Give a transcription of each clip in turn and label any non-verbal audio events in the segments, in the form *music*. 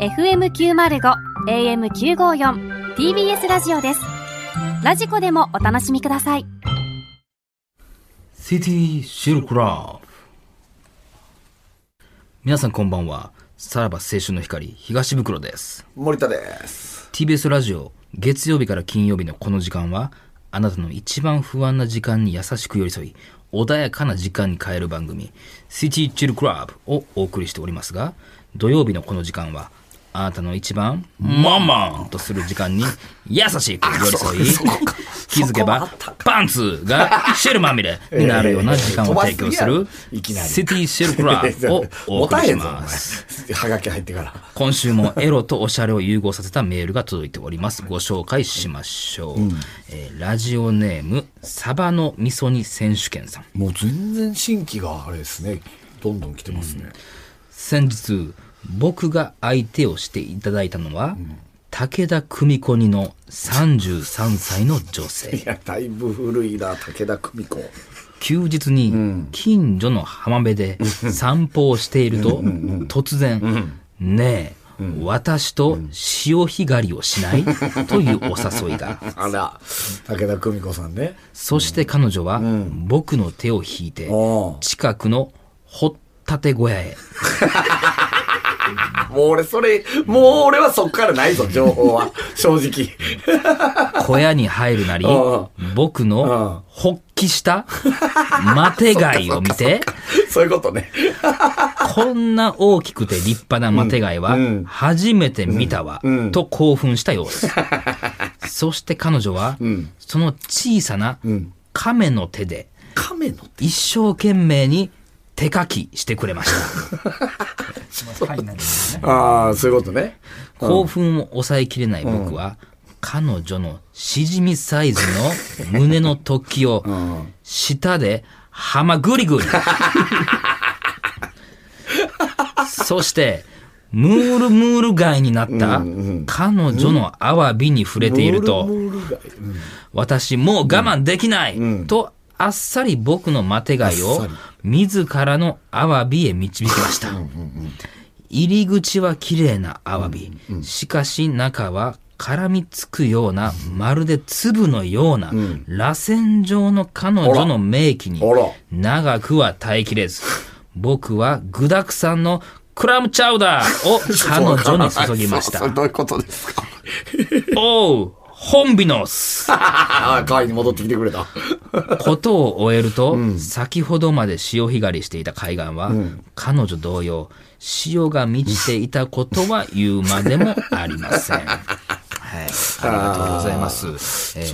FM905 AM954 TBS ラジオですラジコでもお楽しみくださいシティシルクラブ皆さんこんばんはさらば青春の光東袋です森田です。 TBS ラジオ月曜日から金曜日のこの時間はあなたの一番不安な時間に優しく寄り添い穏やかな時間に変える番組「シティ・チル・クラブ」をお送りしておりますが土曜日のこの時間はあなたの一番マンマンとする時間に優しく寄り添い気づけばパンツがシェルまみれになるような時間を提供するええ飛ばすぎやいきなりシティ・シェル・ク *laughs* ラブをお持送たりへしんぞ、おます。前。はがき入ってから。今週もエロとおしゃれを融合させたメールが届いております。ご紹介しましょう。えーラジオネーム、サバの味噌煮選手権さん。もう全然新規があれですね。どんどん来てますね。先日、僕が相手をしていただいたのは、武田久美子にの33歳の女性 *laughs* い。や、だいぶ古いな、武田久美子。休日に近所の浜辺で散歩をしていると、突然、ねえ、私と潮干狩りをしないというお誘いが。あら、 *laughs* 武田久美子さんね。そして彼女は僕の手を引いておう近くの掘ったて小屋へあもう俺、それ、もう俺はそっからないぞ、情報 *laughs* は。正直。小屋に入るなりおう僕の発起したマテ貝を見て *laughs* そういうことね。こんな大きくて立派なマテ貝は初めて見たわと興奮した様 *laughs* 子そして彼女はその小さな亀の手で亀の手。一生懸命に手かきしてくれました *laughs* ああ、そういうことね。興奮を抑えきれない僕は、彼女のしじみサイズの胸の突起を、舌ではまぐりぐり。そして、ムールムール貝になった彼女のアワビに触れていると、私もう我慢できない、とあっさり僕のマテ貝を自らのアワビへ導きました。入り口は綺麗なアワビ、しかし中は絡みつくようなまるで粒のような、螺旋状の彼女の名器にあら長くは耐えきれず僕は具だくさんのクラムチャウダーを彼女に注ぎまし *laughs* そたうどういうことですか。 *laughs* おう本ビノスああ、可愛いに戻ってきてくれた。ことを終えると、先ほどまで潮干狩りしていた海岸は、彼女同様潮が満ちていたことは言うまでもありません。はい、ありがとうございます。え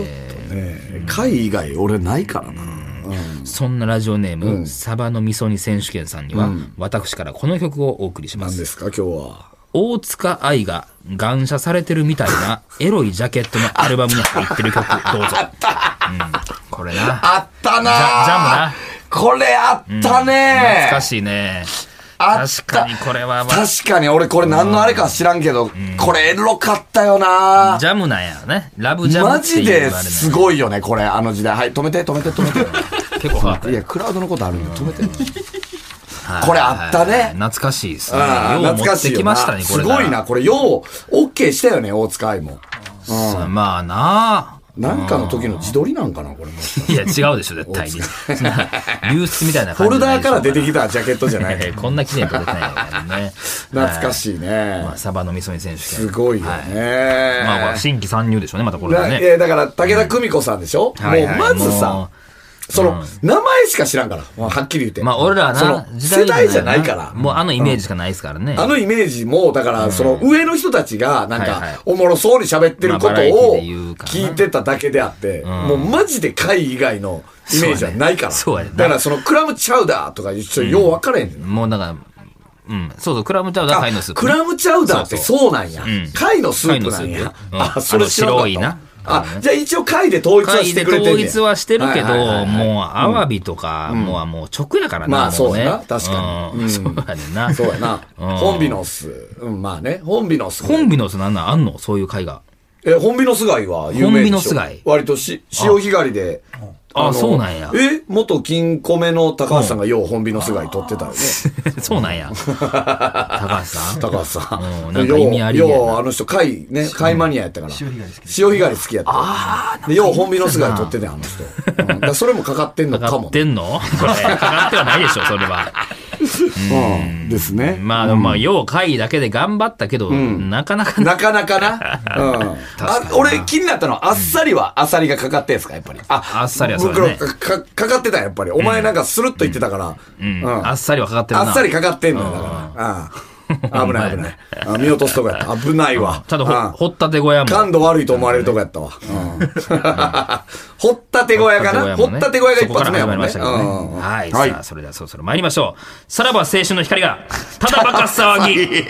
えー貝以外俺ないからな。ーそんなラジオネーム、サバの味噌煮選手権さんには、私からこの曲をお送りしま何すで。すか、今日は。大塚愛が感謝されてるみたいなエロいジャケットのアルバムに入ってる曲、どうぞ。うん、これな。あったなジャジャムなこれあったね、懐かしいね。あった確かにこれは、確かに俺これ何のあれか知らんけど、これエロかったよなジャムなんやね。ラブジャムマっていジうあれですごいよね、これ、あの時代。はい、止めて、止めて、止めて。結構変わった *laughs* いや、クラウドのことあるんで、止めて。これあったね懐かしいですね。ああ、よう持懐かっしていよきな。ましたね、こすれ。ごいな、。これ、よう、OK したよね、大塚愛も。まあななんかの時の自撮りなんかな、これも。いや、違うでしょ、絶対に。そんな流出みたいなフ感ォじルじゃないでダーしかょら出てきたジャケットじ *laughs* ゃない。えーこんな記念と出てないよね。 *laughs* 懐かい。しいまねあ、。サバの味噌煮選手権。すごいよはね。まあまあ、新規参入でしょうね、またこれはだね。えーだから、武田久美子さんでしょ、はいはいもう、まずさ、もその、名前しか知らんから、まあはっきり言って。うまあ、俺らはそなの、時代世代じゃないから。もうあのイメージしかないですからね。あのイメージも、だから、その上の人たちが、なんはいはいか、おもろそうに喋ってることまあバラエティをで言うかな聞いてただけであって、もうマジで会以外のイメージはないから。そうやねそうやねだから、そのクラムチャウダーとか、ちょっとよう分からへんねん。もうだから、うん。そうそう、クラムチャウダーあ貝のスープ。クラムチャウダーってそうなんやん。貝のスープなん貝のやス。ープうんあ、それ知らんかったあの白いなあ、じゃあ一応貝で統一は会してでくれてんねん統一はしてるけど、はいはいはいはいもう、アワビとか、もう、もう直やからな。まあもそうねやな確かにうんそうやねんな。そうやな。うんホンビノス。うん、まあね。ホンビノス。コンビの巣なんなんあんのそういう会が。 *laughs* え、ホンビノス貝は有名でしホょンビノス貝割とし、潮干狩りであのそうなんやえ元金米の高橋さんがよう本美の菅井撮ってたよね。そうなん *laughs* や。高橋さん高橋さうんん。なんか意味ありよやうなようあの人、貝、ね、貝マニアやったから。潮干狩り好き潮干狩り好きやった。ああ。で、よう本美の菅井撮ってたよ、あの人。うんだからそれもかかってんのかかかもっ。てんのそれ。かかってはないでしょ、それは。うん。ですね。まあ、でもまあ、よう会議だけで頑張ったけど、なかなかねなかなか *laughs* な。うん。あ俺気になったのは、あっさりはあっさりがかかってんすか、やっぱり。ああっさりはそうだね袋かかかかってたんやっぱり。お前なんかスルッと言ってたから。うんあっさりはかかってるな。あっさりかかってんのよ、だから。うん危ない危ない。あ見落とすとこやった。危ないわ。ただうんほ、掘ったて小屋も。感度悪いと思われるとこやったわ。うん掘ったて小屋かな掘ったて小屋がそ一発目やこから始まもんりねましたけどね。うんうんはい。はいさあ、それではそろそろ参りましょう。さらば青春の光が、ただバカ騒 *laughs* ぎ。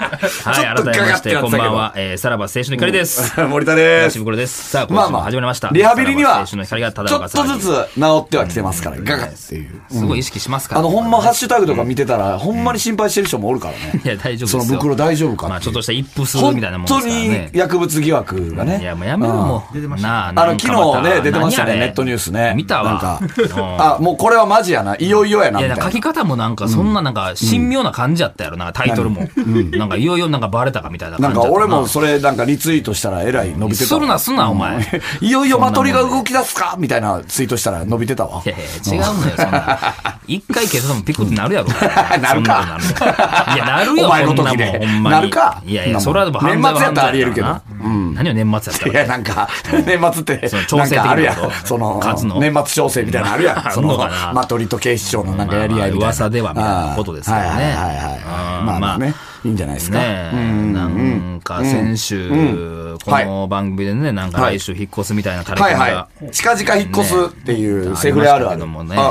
はい、改めまして、こんばんは。えー、さらば青春の光です。森田で林す。袋です。さあ、今まあ週まもあ、始まりました。リハビリにさらばは、青春ちょのっ光がたとだバカ騒ぎずつ治ってはきてますから、ガガっていう。すごい意識しますから。あの、ほんまハッシュタグとか見てたら、ほんまに心配してる人もおるからね。いや、大丈夫ですそよ。の袋大丈夫かまあ、ってちょっいうとした一風するみ本たいなもんです当からねに。薬物疑惑がね。いや、もうやめろ、もう。出てましたなあ、あなの、んか昨日まね、出てました何ね、あれネットニュースね。見たなんわか。うんあ、もうこれはマジやな。いよいよやな、いみやたいなんか書な。き方もなんかそんななんか神妙な感じやったやろな、タイトルも、なんかいよいよなんかバレたかみたいなな感んじかやった俺もそれなんかリツイートしたらえらい伸びてたすわ。るなすんなお前い *laughs* いよいよマトリが動き出すかみたいなツイートしたら伸びてたわ。やいや違うのよそんな一回消すのもピクってなるやろ *laughs* なるかそんなことなるよいやなるよお前のそんな時もんでほんまになるかいやいやそそんれなはもでんも犯罪は犯罪や年末やかっらな何を年末やったいらや、なんか、年末ってその、調整なん的なかあるやことん。その、勝つの年末調整みたいなのあるや *laughs* まあん。そのあんのかな、マトリと警視庁のなんかやり合いみたいな。まあまあ噂ではみたいなことですからねあーはいはいはいはうんい。まあままあね、いいんじゃないですか。ねえ、なんか先週、この番組でね、なんか来週引っ越すみたいなタレコはミいが、はい。近々引っ越すっていうセセフフレレああるるあある。るもね。ああああ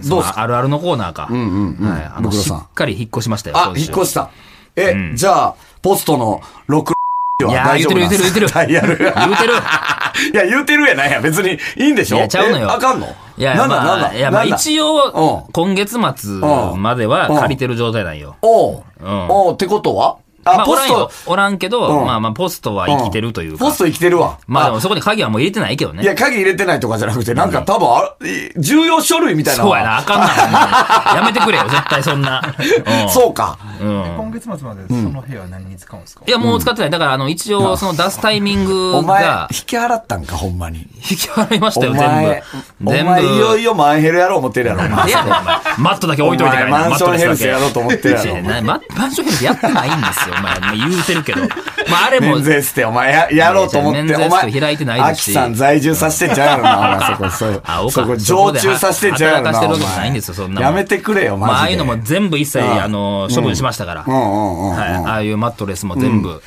そのどうすかあるあるのコーナーか。はい。あの、ブクロしさんっかり引っ越しましたよ。あ、今週引っ越した。え、じゃあ、ポストの6はいやー大丈夫なんですか言ってる言ってる言ってる *laughs* ダイヤル言うてる。いや、言うてるやないや。別にいいんでしょいや、ちゃうのよ。えあかんのいや、なんだなんまあ、だいや、まあなんだ一う応ん、今月末までは借りてる状態なんよ。おう、うんおうってことはあ、まあ、ポおらスんよト。。おらんけど、うんまあまあ、ポストは生きてるといんうポかス。ト生きてるわ。まあであもそこに鍵はもう入れてないけどね。いや、鍵入れてないとかじゃなくて、なんか多分あ、い重要書類みたいなそのうがやな、あかんなほんまに。やめ *laughs* てくれよ、絶対そん *laughs* な。うんそうか。今月末までその部屋は何に使うんですかいや、もう使ってない。だから、あの、一応、その出すタイミングお前、が、引き払ったんか、ほんまに。引き払いましおたよ、前全、お部。全部。前、いよいよマンヘルやろう思ってるやろ、お前 *laughs* いやお前マットだけ置いといてからおね前マンションヘルだスけやろうと思ってるやろい。なママンションヘルスやってないんですよ、お前。まあ言うてるけ *laughs* ど。まあ、あれも免、税して、お前ややろうと思って、いやいやお免税前、室開いてないですし秋さん在住させてんちゃうやろな、お前、そこ、 *laughs* あおそかそこ、そこ常で駐させてんちゃうやろな、働かおせてるわけないんですよそんな前。もんやめてくれよ、マまジで。あ、ああいうのも全部一切、あああの、処分しましたから。うんうんうんうん。はい。ああいうマットレスも全部。うん。も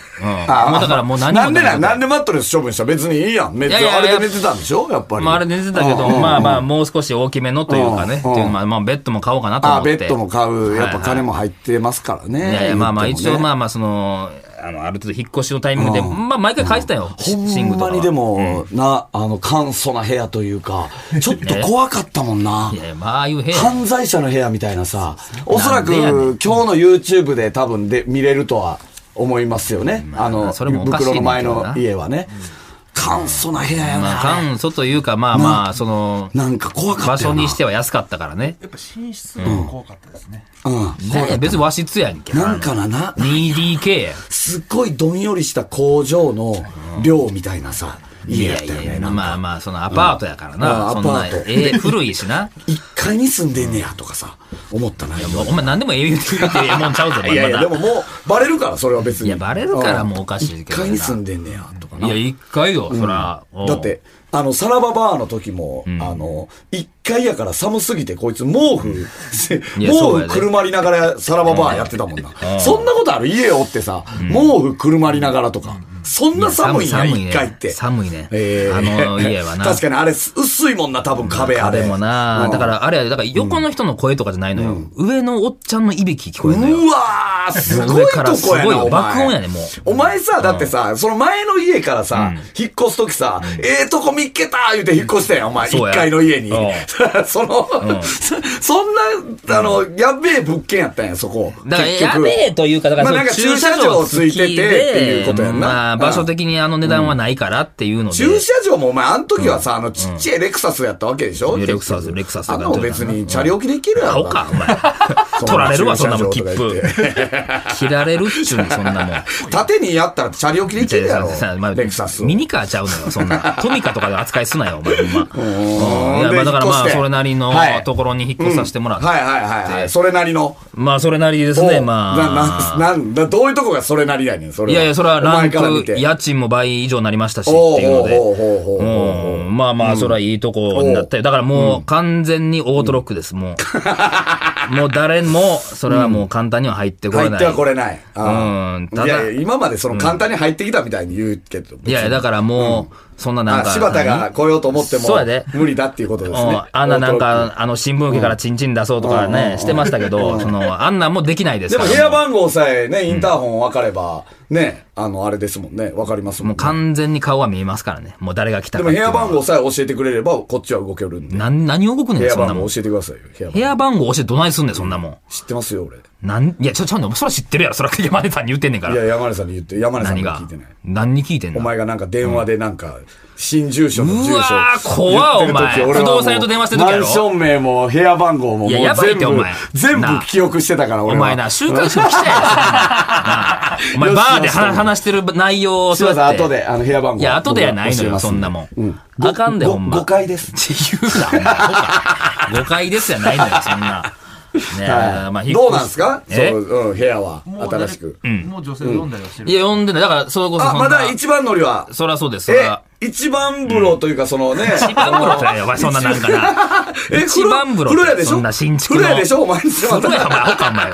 あうだからもう何もなんでなん、なんででマットレス処分した別にいいやん。めっちゃいやいやあいやれで寝てたんでしょやっぱり。まあ、あれ寝てたけど、うんまあまあ、もう少し大きめのというかね。うんっていうまあ、まあ、ベッドも買おうかなと思あ、って。ベッドも買う。やっぱ金も入ってますからね。いやいや、まあまあ、一応まあ。あまあ、その、あの、ある程度引っ越しのタイミングで、まあ、毎回返してたよ。ほシングとんまかにはでも、な、あの、簡素な部屋とい *laughs* うか、ちょっと怖かったもんな。いやいや、まあ、ああいう部屋。犯罪者の部屋みたいなさ、おそらくなんでやねん今日の YouTube で多分で見れるとは思いますよね。まああの、それもおかしいね袋の前の今日な家はね。簡素な部屋やまあ、な。簡素というか、まあまあ、その、なんか怖か場ったよ所な。にしては安かったからね。やっぱ寝室も怖かったですね。うん。ね別に和室やんけ。なんかな、な、 2DK や。すっごいどんよりした工場の寮みたいなさ、い家やっやいたよやね。いなや、んかまあまあ、そのアパートやからな。うそんんなアパー、トええ、古いしな。一階に住んでんねやとかさ、思ったな。お前何でもええ言うて言うてええもんちゃうぞ、お前 *laughs* いやいや、までだももう、バレるから、それは別に。いやバレるからもうおかしいけどな1階に住んでんねや、とかな。いや、一回よ、そら。だって、あの、サラババーの時も、あの、一回やから寒すぎて、こいつ毛 *laughs* 布、い毛やそうや布でくるまりながらサラババーやってたもんな。そんなことある家おってさ、毛布くるまりながらとか。そんうん、な寒いんや、寒い一回っね。て。寒いねえ。ーあの家はな。 *laughs* 確かにあれ、薄いもんな、多分壁あれ。でもな、うんだからあれやでだから横の人の声とかじゃないのよ。上のおっちゃんのいびき聞こえるのよ。うわわあ、すごい上からとこやすごいな、よお前。爆音やねもうお前さ、だってさ、その前の家からさ、引っ越すときさ、ええとこ見っけた言うて引っ越したやん、お前。そうや1階の家にうん。 *laughs* その、そんな、あの、やべえ物件やったんや、そこ。だから、結や局べえというか、だからまあそなのんか駐車場ついててっていうことやんな。まあ、場所的にあの値段はないからっていうので。駐車場もお前、あの時はさ、あの、ちっちゃいレクサスやったわけでしょ、うん結局レクサスレクサスあんなもん別に、チャリ置きできるやアろ。ホか、お前。 *laughs* そんな取られるわ、そんなもん、駐切車場とか符言って。切られるっちゅうの、そんな *laughs* もん。縦にやったらチャリ置きできるやろ。レクサスを。ミニカーちゃうのよ、そん *laughs* な。トミカとかで扱いすなよ、お前、ほんま。うんいやでまあだから引っま越あ、してそれなりのはいところに引っ越させてもらって。はいはいはいはい。それなりの。まあ、それなりですね、おまあ。な、な、なん、だどういうとこがそれなりやねん、それいやいや、それはランお前から見ク、て家賃も倍以上になりましたし、っておういうので。おうおうおうおうおううんまあまあ、それはいいとこになったよ。だからもう完全にオートロックです、もう。もう誰も、それはもう簡単には入ってこれ入ない。ってはこれない。あうんーただいやいや、今までその簡単に入ってきたみたいに言うけど。いやいや、だからもう、そんななんあか。柴田が来ようと思ってもそうやで、無理だっていうことですうねん。あんななんオートロックか、あの、新聞受けからチンチン出そうとかね、してましたけど、その、あんなんもできないですでかもら。部屋番号さえね、インターホン分かれば、ね、あの、あれですもんね、分かりますももんうね。完全に顔は見えますからね。もう誰が来たでかもっ部ていう屋のは番号さえ教えてくれれば、こっちは動けるんで。なん、何を動くね部ん、屋そんな番も号ん。教えてくださいよ、部屋部番号。屋番号教えてどないすんねん、そんなもん。知ってますよ、俺。なん、いや、ちょ、ちょ、お前それは知ってるやろ。それは山根さんに言ってんねんかいらや、。山根さんに言って、山根さん何にが聞いてない。。何に聞いてんのお前がなんか電話でなんか、新住所の住所うわー怖っ言ってる時お前俺はもう不動産屋と電話してる時やろマンション名も部屋番号ももういややばいって全部お前、全なあ部記憶してたから、お俺は。前な、週 *laughs* 刊誌の記者やろなあお前、バーでよしよし話話してる内容をすいそうません、やって後で、あの、部屋番号。いや、後でやないの僕よ、そが教えますんでなもん。あかんで、ごほんま。誤解です。って言うな、お前。誤解ですやないのよ、そんな。ね *laughs* はいまあ引っ越しどうなんですかそえの、うん、部屋は、新しく。誰もう女性を飲んだりはしてる。いや、呼んでない。だから、それこそそあ、んな。まだ一番乗りは、そらそうです。そえら。、一番風呂というか、そのね。一番風呂じゃないよ、お前、そんななんか *laughs* な。え、一番風呂風呂やでしそょんな新築の風呂やでしょお前、風呂や、お前、アホか、お前。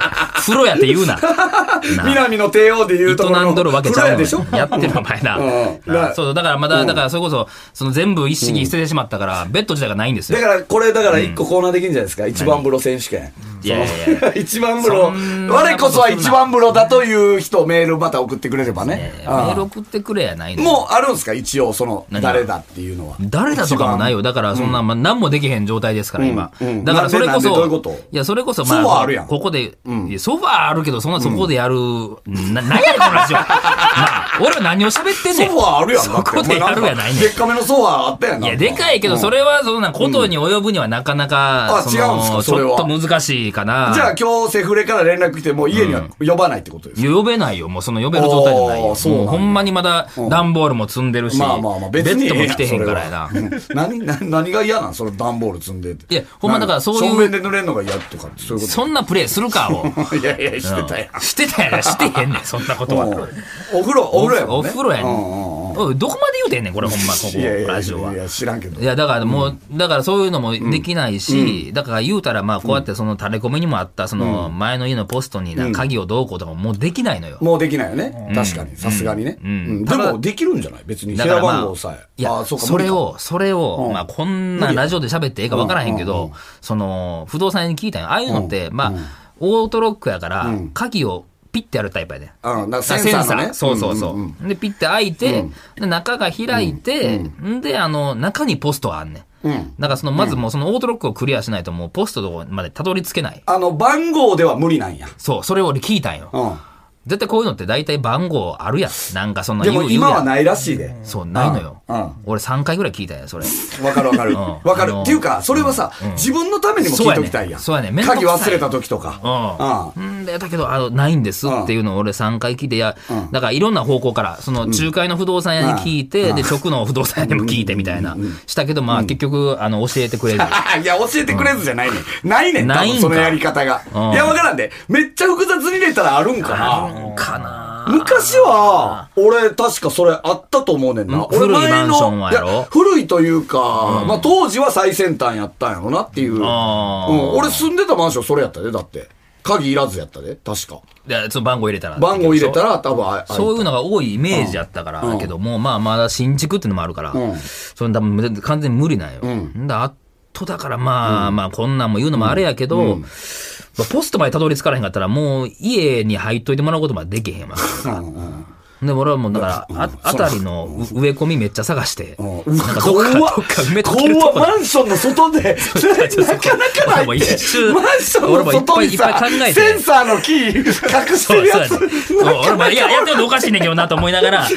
風呂やって言 *laughs* うな。南の帝王で言うところの。営んどるわけち風呂ゃやうでしょのやってるお前なうん。なだあそう、だからまだ、だからそれこそ、その全部一式捨ててしまったから、ベッド自体がないんですだよ。から、これ、だから一個コーナーできるんじゃないですか、一番風呂選手権。いやいやいや。一番風そん呂。な我こそは一番風呂だという人、メールまた送ってくれればね。メああール送ってくれやないの。もうあるんですか一応、その、何が誰だっていうのは。誰だとかもないよ。だから、そんな、まあ、何もできへん状態ですから、今。うんうんだから、それこそ、なんでなんでどういうことや、それこそ、まあ、ソファーあるやんここで、いやソファーあるけど、そんな、そこでやる、な、なんやねん、この *laughs* ラジオ。なあ俺は何を喋ってんソねん。ファーあるやん、そだってこでやるやないねんでっかめのソファーあったやんいや、でかいけど、それ。れは、そんな、ことに及ぶにはなかなか、あそ違うんですかそれはちょっと難しいかな。じゃあ今日セフレから連絡来て、もう家には呼ばないってことですか呼べないよ。もうその呼べる状態じゃないあよー。そうなんもやうほんまにまだ段ボールも積んでるし、まあまあまあ、ベ別にッドええもや来てへんからやなそ。れはうん *laughs* 何、何何が嫌なんその段ボール積んでて。いやほんまだからそういう正面で濡れるのが嫌とかって、そういうことそんなプレイするかを。 *laughs* いやいや、 *laughs* して *laughs* たやん。してたやろ、してへんねん、そんなことは。お風呂、お風呂やもおんね。風呂やねうんうんん。おいどこまで言うてんねん、これほんま、こいやこ、いやラいジオやは。いや、知らんけどい。や、だからもう、だからそういうのもできないし、だから言うたら、まあ、こうやってその垂れ込みにもあった、その前の家のポストになんか鍵をどうこうとかももうできないのよ。もうできないよね。確かに、さすがにね。うんでも、できるんじゃない別に。部だか屋らま番あ号さえ。、いや、あそうかれ。無理かを、それを、まあ、こんなラジオで喋っていいか分からへんけど、その、不動産屋に聞いたんよ。ああいうのって、まあ、オートロックやから、鍵をピッてやるタイプやで。うん、だからセセンンササーーのね。そうそうそう。んんんで、ピッて開いて、で中が開いて、んで、あの、中にポストがあんねん。だから、その、まずもう、そのオートロックをクリアしないと、もう、ポストのとこまでたどり着けない。あの、番号では無理なんや。そう、それを俺聞いたんよ。う絶対こういうのって大体番号あるやん。なんかそんん。なで言うも、言う今やはんないらしいで。そう、ないのようんうん。俺3回ぐらい聞いたんや、それ。わかるわかる。んわかるあ。のっていうか、それはさ、自分のためにも聞いときたいやん。そうやねそうやね鍵面倒くさ忘いれた時とか。う。ん。で、だけど、あの、ないんですっていうのを俺3回聞いて、いや、だからいろんな方向から、その、仲介の不動産屋に聞いて、で、直の不動産屋にも聞いてみたいな、したけど、まあ、結局、あの、教えてくれる。 *laughs* いや、教えてくれずじゃないねん。ないねん、多ないん分かそのやり方が。うんいや、わからんで。めっちゃ複雑に入れたらあるんかな。かな昔は、俺、確かそれあったと思うねんな。うん俺古いマンションはやろいや古いというか、まあ当時は最先端やったんやろなっていう。うん、あー俺住んでたマンションそれやったで、だって。鍵いらずやったで、確か。で、その番号入れたら。番号入れたら多分あ、あそういうのが多いイメージやったから、だけども、まあまだ新築っていうのもあるから、それ多分完全に無理なんよ。だあとだからまあ、まあこんなんも言うのもあれやけど、まあポストまでたどり着かれへんかったら、もう家に入っといてもらうことまでできへんわけ。で、俺はもう、だから、あ、あたりのう植え込みめっちゃ探して、なんうんかどっか、どっ怖っか埋めとけると怖っこだマンションの外で、なかなかな俺いもっ一て周。マンションの俺もい外にっさぱいいっぱい考え、てセンサーのキー隠してそうそうるややねつ。そう俺も、いや、やってるのおかしいねんけどなと思いながら、こ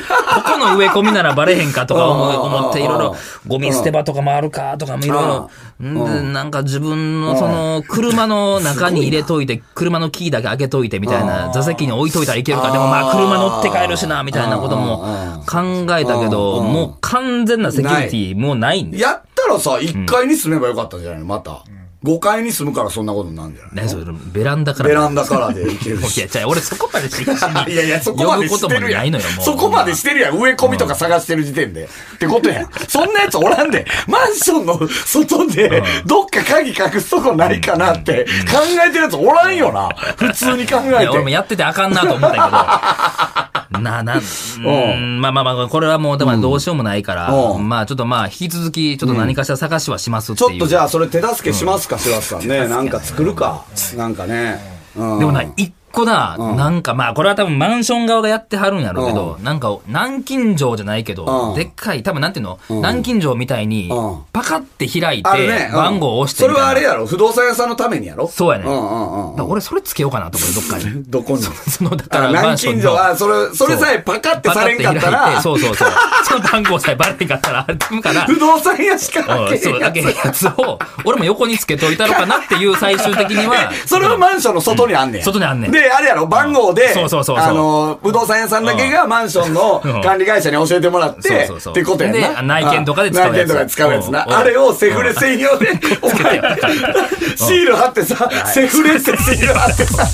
この植え込みならバレへんかとか思い思って、いろいろ、ゴミ捨て場とかもあるかとかもいろいろ、んでなんか自分のその、車の中に入れといて、車のキーだけ開けといてみたいな、座席に置いといたらいけるか、でもまあ車乗って帰るしな、みたいなことも考えたけど、もう完全なセキュリティもうないんで。やったらさ、1階に住めばよかったんじゃないのまた。5階に住むからそんなことになるんじゃない何それ、ベランダから。ベランダからで行けるいしや、。じゃあ俺そこまでしかし *laughs* いや *laughs* いや、そこま呼でぶこしとてもるやないのんよ、も。う。そこまでしてるやん。植え込みとか探してる時点で。ってことやん。そんなやつおらんで、マンションの外で、どっか鍵隠すとこないかなって考えてるやつおらんよな。普通に考いえや、俺もて。やっててあかんなと思った *laughs* けど。なあなあ、うーん、まあまあまあ、これはもう、だからどうしようもないから、うんまあちょっとまあ、引き続き、ちょっと何かしら探しはしますってちいう。ょっとじゃあ、それ手助けしますか、白石さんね。なんか作るか。なんかね。うんでもな、一個な、なんかまあ、これは多分マンション側がやってはるんやろうけど、なんか、南京錠じゃないけうど、んでっかい、多分なんていうの、南京錠みたいにうん、パカって開いあれねて、。うん番号を押してそれみたいはなあれやろ。不動産屋さんのためにやろ。そうやねうんだかんうんうん。ら俺、それつけようかなと思う、どっか *laughs* に。どこにその、だから、あマ南ンション京の錠は、それ、それさえパカってされんかったパカッて開いらて、そうそうそう。 *laughs* その番号さえバレんかったら、あれ踏む *laughs* から、不動産屋しかう開んけそへうんだやけつのやつを、俺も横につけといたのかなっていう最終的には *laughs* 、それはマンションの外にあんねん。うん外にあんねんで、あれやろ、番号うで、んそうそうそうそうあの、不動産屋さんだけがマンションのうん管理会社に教えてもらっそうてそう、そうってことやんでなあ。内見とかで使うやつあ内見とかで使うやつうんな。あれをセフレ専用で、お前、シール貼ってさ、セフレってシール貼ってさ、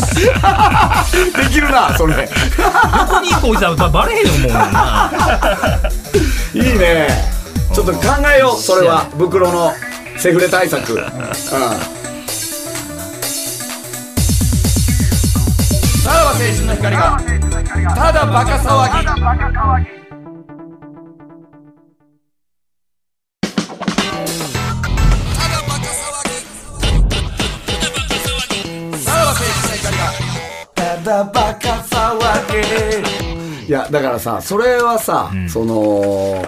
*laughs* できるな、それ。横にこいつはバレへんよ、もうな。いいね。ちょっと考えよう、それは。袋のセフレ対策。うん。さらば青春の光が、ただバカ騒ぎ。いや、だからさ、それはさ、その、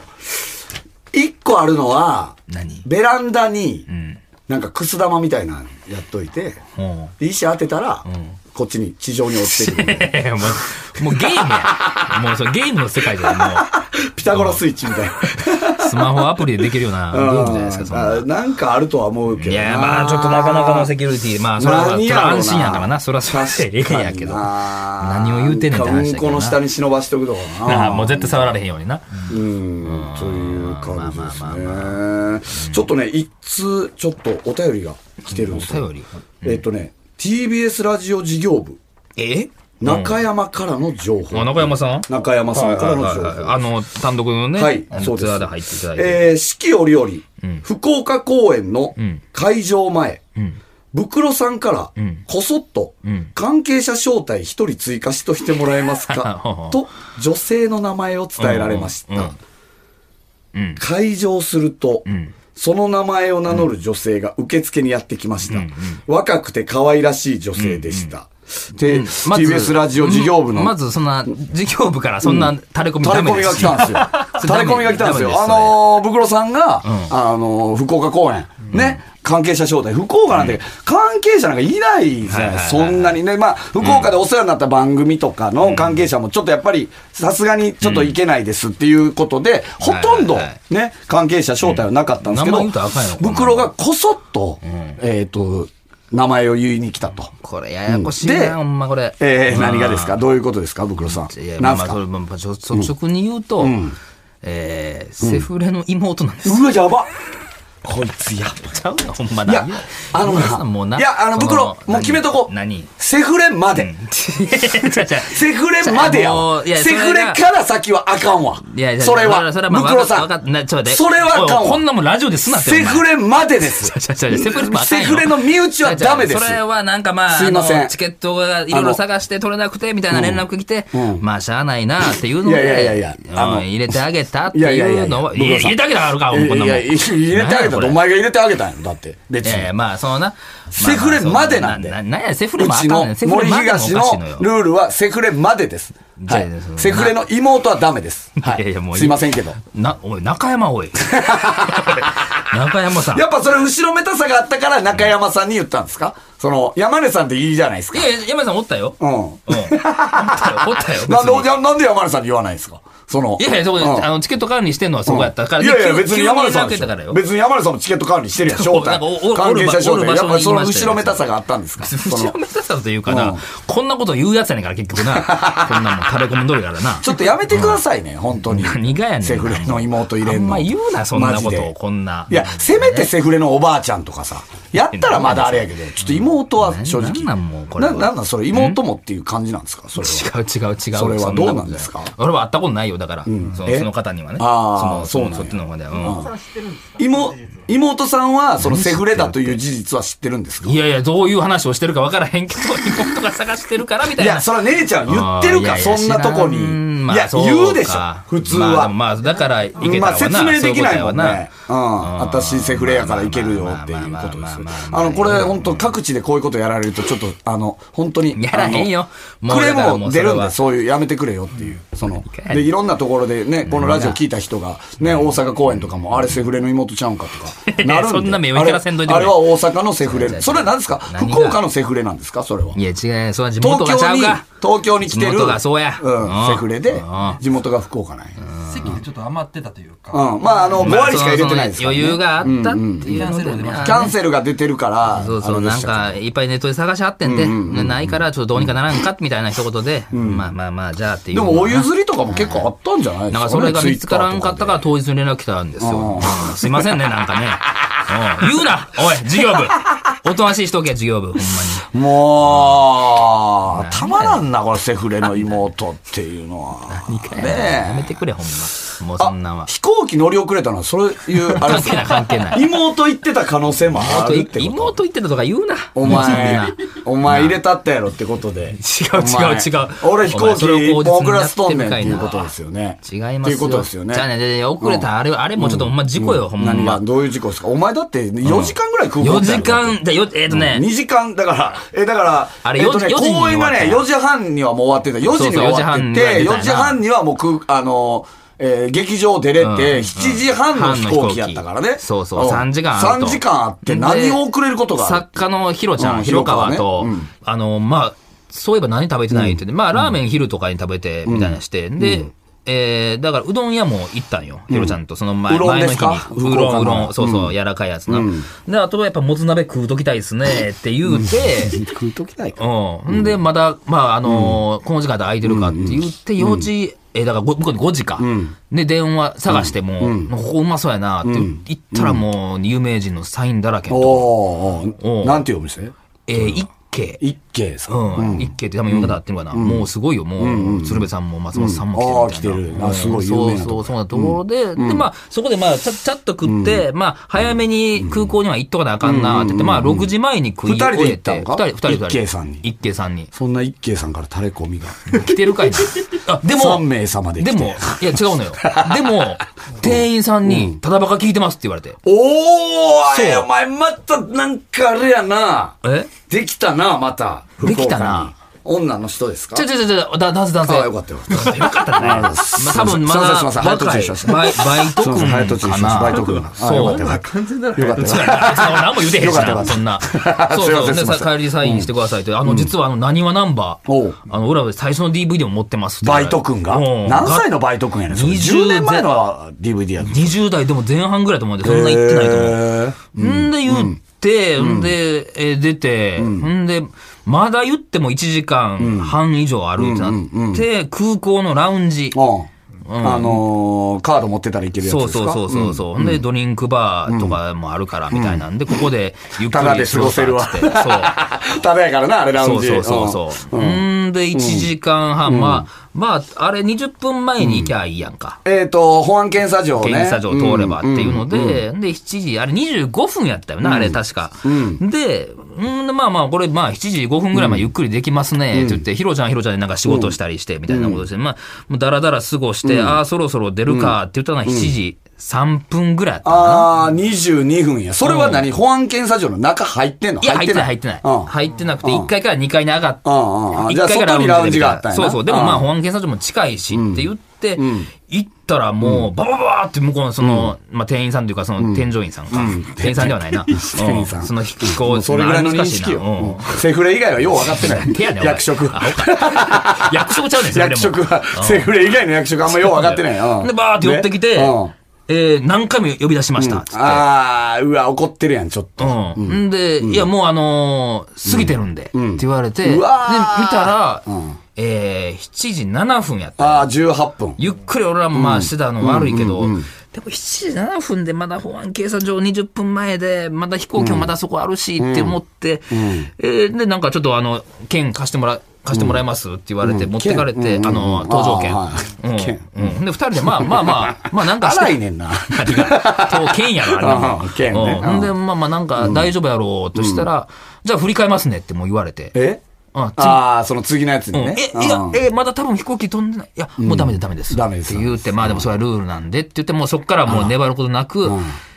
一個あるのは、 *laughs* 何ベランダに、んなんかくす玉みたいなのやっといて、もで石当てたら、こっちに、地上に落ちて *laughs* くる。う、もうゲームや。もうそれゲームの世界じゃん、もピタゴラスイッチみたいな。う。スマホアプリでできるようなゲームじゃないですか、そんあな。なんかあるとは思うけどいな。や、まあ、ちょっとなかなかのセキュリティ。まあ、それは、そ何れやろうはな安心やからな。それはそれでええんやけど。な何何を言うてんねんって話うんだけどこなの下に忍ばしとくとかな。あ *laughs* もう絶対触られへんようにな。うん、という感じですね。ちょっとね、一通、ちょっとお便りが来てるんですよ。お便りえっとね、TBS ラジオ事業部、え中山からの情報。あ中山さん中山さんからの情はいはいはい報。あの、単独のね、はいあ、そのうです。ツアーで入っていただいて。えー四季折々、福岡公演の会場前、袋さんから、こそっと、関係者招待一人追加しとしてもらえます *laughs* ほうほかうと、女性の名前を伝えられましうんうんた。会場すると、その名前を名乗る女性が受付にやってきました。若くて可愛らしい女性でした。で、まず TBS ラジオ事業部のまず、そんな、事業部からそんな垂れ込みタダレメコミでがす来 *laughs* たんですよ。タレコミが来たんですよ。あのー、ブクロさんが、あのー、福岡公演、ね、関係者招待、福岡なんて、関係者なんかいないじゃない、そんなにね、まあ、福岡でお世話になった番組とかの関係者も、ちょっとやっぱり、さすがにちょっといけないですっていうことで、ほとんどはいはい、ね、関係者招待はなかったんですけうどん名前言うたらあかんやろ、こんなブのクロがこそっと、えっと、名前を言いに来たと。これややこしいでな、ほんまこれ。えーうん何がですかどういうことですかブクロさいや、ん。まなあんますあ、かそれ、まあまあちょ率直に言うと、えーセフレの妹なんですよ。うわ、やばこいつやばちゃうよ、ほんまいな。や、あの今さもうな、ないや、あの、そ袋、もう決めとこう。何 *laughs* セフレまで。セフレまでやもわういやセフレから先はあかんわいやい。やそれは、それはまあブクロさわかっなちょっと待ってん。それはあかんおいわ。こんなもんラジオですなってお前セフレまでです。 *laughs* ちゃちゃちゃセフレもあかんセよフレの身内はダメです。それはなんかまあ、すいませんあのチケットがいろいろ探して取れなくてみたいな連絡来て、まあしゃあないなっていうのいやいやいやいでやあのうん入れてあげたっていやいやいいやういやのは、いブクやロさ入んれてあげたらあるか、いやこんなもん。いやいや入れてあげこれただってお前が入れてあげたんやろ、だって。別に。ええまあ、そのな。まあセフレまでなんでななんや、セフレうもあかちんのねんセフレ森までもおか東しいののよルールはセフレまでです。はじゃあいその。セフレの妹はダメです。は *laughs* いやいやもういい。いすいませんけど。な、おい、中山 *laughs* おい。中山さん。やっぱそれ後ろめたさがあったから中山さんに言ったんですかその、山根さんっていいじゃないですいか。やいや、山根さんおったよ。うん。うん。おったよ、おったよ。なんで別にな、なんで山根さんに言わないんですかその。いやいや、そこで、うんあの、チケット管理してんのはそこやったから、いやいや、別に山根さんだでっしょたからよ。別に山根さんもチケット管理してるやん、そう招なん待かおお。関係者招おる待。場や所っぱりそのおる場所にいました後よろめたさがあったんですか *laughs* そ後ろのめたさというかう、なんこんなこと言うやつやねんから、結 *laughs* 局な。こんなもん垂れ込む通りからな。ちょっとやめてくださいね、本当に。何がやねん。セフレの妹入れんの。あんま言うな、そんなこマジとを、でこんな。いや、せめてセフレのおばあちゃんとかさ、やったらまだあれやけど、ちょっと妹は正な直。んなんもうこれはななんなんそれ、妹もっていう感じなんですかそれ違は。う違う違う。それはどうなんことですか俺は会ったことないよ、だから。そのえその方にはね。あーそそうのなんやそっちの方で。うん妹、妹さんは、そのセフレだという事実は知ってるんですかいやいや、どういう話をしてるか分からへんけど、妹が探してるからみたいいな。や、それは姉ちゃん言ってるあーか、いやいやそんなとこに。知らんいまあや、そうか言うでしょ、普通まあ、は。まあ、だから、いけたらまあな説明できないもんそういうねこ。うん。私セフレやからいけるよっていうことですよ。あの、これ本当各地でこういうことやられるとちょっと、あの、本当に。やらへんよあものうクレだからーもムもうそ出れはるんで、そういうやめてくれよっていう。そのい、やで、いろんなところでね、このラジオ聞いた人が、ね、大阪公演とかも、あれセフレの妹ちゃうんかと *laughs* か。なるんで。そんな目を光らせんといてあくれれあれは大阪のセフレ違う違。うそれは何ですか何が福岡のセフレなんですかそれは。とやな。いや、違う、それは地元東がちゃ京うにか。、東京に来て地る。元がそうやうん、うんセフレでうん、地元が福岡なんや。席でちょっと余ってたというか、うん。まあ、あの、5まあ割しか入れてないですからねその余裕があったっていうのでうんうんうんねキキャンセルが出てるから、そうそあう、れでなんしたか、いっぱいネットで探しあってんで、ないから、ちょっとどうにかならんか、みたいな一言で、まあまあまあ、じゃあっていうでのが。もお譲りとかも結構あったんじゃないですか、ね、なんかそれが見つからんかったから当日に連絡来たんですよ。うんうんすいませんね、なんかね。うん言うなおい、事業部おとなしいしとけ、事業部。ほんまに。もう、たまらんな、これ、セフレの妹っていうのは。やめねえ。てくれ、ほんま。もうそんなんは。飛行機乗り遅れたのは、そういう、あれ関係ない、関係ない。妹行ってた可能性もあるってこと。妹言ってたとか言うな。おも前 *laughs* うそんな、お前入れたったやろってことで。違う違う違う違う俺飛行機お前それを口実にやってみたいな遅らせとんねんっていうことですよね。違いますよ。っていうことですよね。じゃあね、で遅れた、あれ、あれもちょっとほんま事故よ、ほん何がま。どういう事故ですかお前だって4時間ぐらい空港4だよ時間、じゃあよ、えっとね、 2時間、だから、え、だから、あれえっとね、 4時に公演が終ね、わ4っ時半にはもう終わってた。4時には終わってて、そうそう4 4時時半半にはもう空、あの、えー劇場出れて、うん7時半の飛行機やったからね。そうそう、3時間ある3と。時間あって、何を遅れることがある作家のヒロちゃ、うんんヒロカワヒロカとワねうん、あの、まあ、そういえば何食べてないって言って、まあ、ラーメン昼とかに食べて、みたいなして、で、えー、だから、うどん屋も行ったんよ。ヒロちゃんと、その前、うどん前ので日すにか。う福岡どん、のうどん、そうそう、柔らかいやつな。で、あとはやっぱ、もつ鍋食うときたいですね、って言うて、食うときないか。うん。んで、まだ、まあ、あのーこの時間で空いてるかって言って、幼稚、えーだからご、向こうに5時か。で、電話探しても、ここうまそうやなって言ったらもう、有名人のサインだらけのとこおーおおーーなんていうお店えー、一軒。一軒ですかうん。一軒って多分読み方合ってるのかな。もうすごいよ、もう、鶴瓶さんも松本さんも来てるみたいな。あー来てるあすごい有そ名うなとこそう、そうなところで、で、まあ、そこでまあ、ちゃちゃっと食って、まあ、早めに空港には行っとかなあかんなって言って、まあ、6時前に食い終えて、二人で行ったんか二人、二人、二人。一軒さんに一軒さんに。そんな一軒さんから垂れ込みが。来てる *laughs* かいな。あ、でも、 3名様で来でても、いや違 *laughs* うのよ。でも、店員さんに、ただバカ聞いてますって言われて。おーそうえーお前またなんかあれやな。えできたな、また。できたな福岡に。女の人ですかちょちょちょちょ、だ男性男性。ああ、よかったよかった。よかったね。まあ多分まだすいませんすいません早とちりしましたバイバイトすいません早とち君りかしましな。たバイ *laughs* ト君があそう。よそかうったやよかなった完全ならよかったよ何も言うてへんしよかったよな、かったそ *laughs* んな。すそいうませそう。んすいで、ませんさ帰りサインしてくださいと。あの、実はあの、なにわナンバおうー。あの、裏で最初の DVD も持ってます。バイト君がうん何歳のバイト君やねん。それ20 10年前の DVD やねん。 20代でも前半ぐらいと思うんで、そんな言ってないと思う。へーんで言って、んで、えー出て、んで、まだ言っても1時間半以上あるってなって、空港のラウンジ。うんあのー、カード持ってたらいけるやつでそうすかそうそうそうそう。んで、ドリンクバーとかもあるから、みたいなんで、ここでゆっくただりで過ごせるわ過ごそうっつってそう。 *laughs* ただやからな、あれラウそンうジ。そうそうそう。うんで、1時間半、まあ、まあ、あれ20分前に行きゃいいやんか。うんえっと、保安検査場ね。検査場通ればっていうのんんで、で、7時、あれ25分やったよな、あれ確か。で、うんでまあまあ、これ、まあ、7時5分ぐらいまでゆっくりできますね、って言って、ひろちゃんひろちゃんでなんか仕事したりして、みたいなことして、まあ、もうだらだら過ごして、ああ、そろそろ出るかって言ったのが7時。 3分ぐらいあったかな。ああ、22分や。それは何、保安検査場の中入ってんのいや、入ってない、入ってない。うん入ってなくて、1階から2階に上がって、うんうんうん1階からじゃあ外にラウンジがあったんやなそうそう。でもまあ、うん保安検査所も近いしって言って、行ったらもう、ババババーって向こうのその、まあ、店員さんというか、その、添乗員さんか。店員さんではないな。店員さんうその飛行もうそれぐらいの認難し識いよ。なうんうんセフレ以外はよう分かってな手やねい。おい役職。あおか役職ちゃうねん、それで役も職はう、んセフレ以外の役職あんまよう分かってない。うんで、バーって寄ってきて、ねうんえー何回も呼び出しました、つって。ああ、うわ、怒ってるやん、ちょっと。うん。んで、いや、もうあのー過ぎてるんで、って言われて、で、う見たわーら、えー7時7分やった。ああ、18分。ゆっくり俺らもまあしてたの悪いけど、でも7時7分でまだ保安検査場20分前で、まだ飛行機もまだそこあるしって思って、えーで、なんかちょっとあの、券貸してもら、貸してもらえますって言われて、持ってかれて、あの、搭乗券。あーはい券うん。うん。で、二人で、まあまあまあ、まあなんかして荒いねんな。あ違う刀剣やろ、あれう *laughs* はん。剣ねうんで、まあまあ、なんか大丈夫やろうとしたら、じゃあ振り替えますねってもう言われて。えあ次ああ、その次のやつうにんね。え、いや、え、まだ多分飛行機飛んでない。いや、もうダメです、ダメです。ダメですって言うて、まあでもそれはルールなんでって言って、もうそっからもう粘ることなく、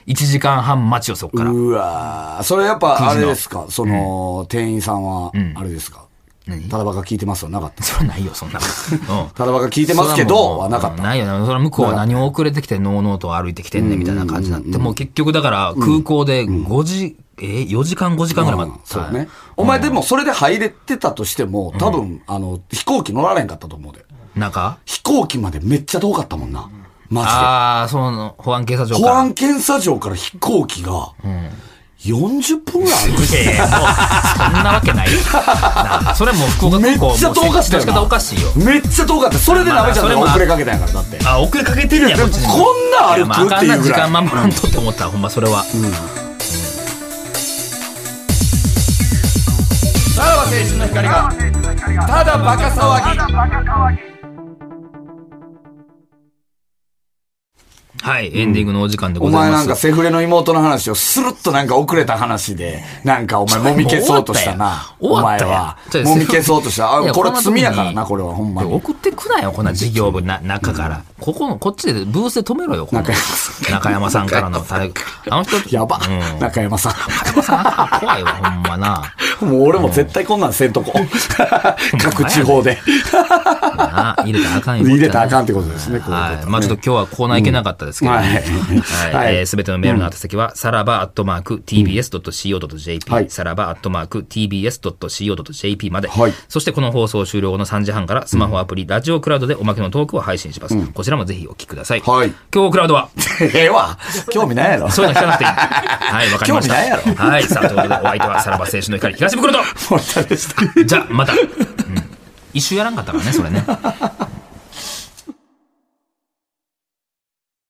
1時間半待ちよ、そっから。うわーそれやっぱあれのですかその、店員さんは、あれですか何ただバカ聞いてますはなかった。それはないよ、そんなこと。うん。ただバカ聞いてますけど、はなかっうんた。ないよな。それは向こうは何を遅れてきて、ノーノーと歩いてきてんねんみたいな感じになって、もう結局だから、空港で5時、えー、4時間5時間ぐらい待っそうた。ね。お前でもそれで入れてたとしても、多分、あの、飛行機乗られんかったと思うで。中飛行機までめっちゃ遠かったもんな。マああ、その、保安警察ジ庁で。か保ら。安検査場から飛行機が、40分ぐらいあるいやいやもうそんなわけないよ。なあそれもう福岡め空港っちゃ遠かったよなもう設置の仕方おかしいよ。めっちゃ遠かった。それで鍋ちゃんの遅れかけたんやから、だって。あ、遅れかけてるやん、こっちにもこんな歩くやまあっていうあかんなぐ時らい間守らんとって思った、ほんまそれは。さらば青春の光が、ただバカ騒ぎ。はい、エンディングのお時間でおござ前いまなんす。かセフレの妹の話をスルッとなんか遅れた話で、なんかお前もみ消そうとしたな。もう終おわっ前たよは終わった。よもみ消そうとした。いあ、やこれんな時罪にやからな、これはほんまいやに。送ってくなよ、こんな事業部な、中から。ここの、こっちでブースで止めろよ、この中山中山さんからのタレあの人、やばうん。中山さ怖いわ、ほんまな。ん。もう俺も絶対こんなんせん *laughs* とこ。各地方で。な入れたらあかんよ。入れたらあかんってことですね、こういうことはい。まあちょっと今日はコーナー行けなかったですけども、うんはいは。はいいえーすべてのメールの宛先は、さらばアットマーク tbs.co.jp、はいさらばアットマーク tbs.co.jp まで、はいそしてこの放送終了後の3時半からスマホアプリ、ラジオクラウドでおまけのトークを配信します。こちらもぜひお聞きください。はい今日クラウドは、ええわ。興味ないやろ。そういうの聞かなくて *laughs* いい。はい、わかりました。興味ないやろはい、さあ、ということでお相手はさらば青春の *laughs* 光、東袋と、森田でした。じゃあまた、うん一周やらんかったからね、それね。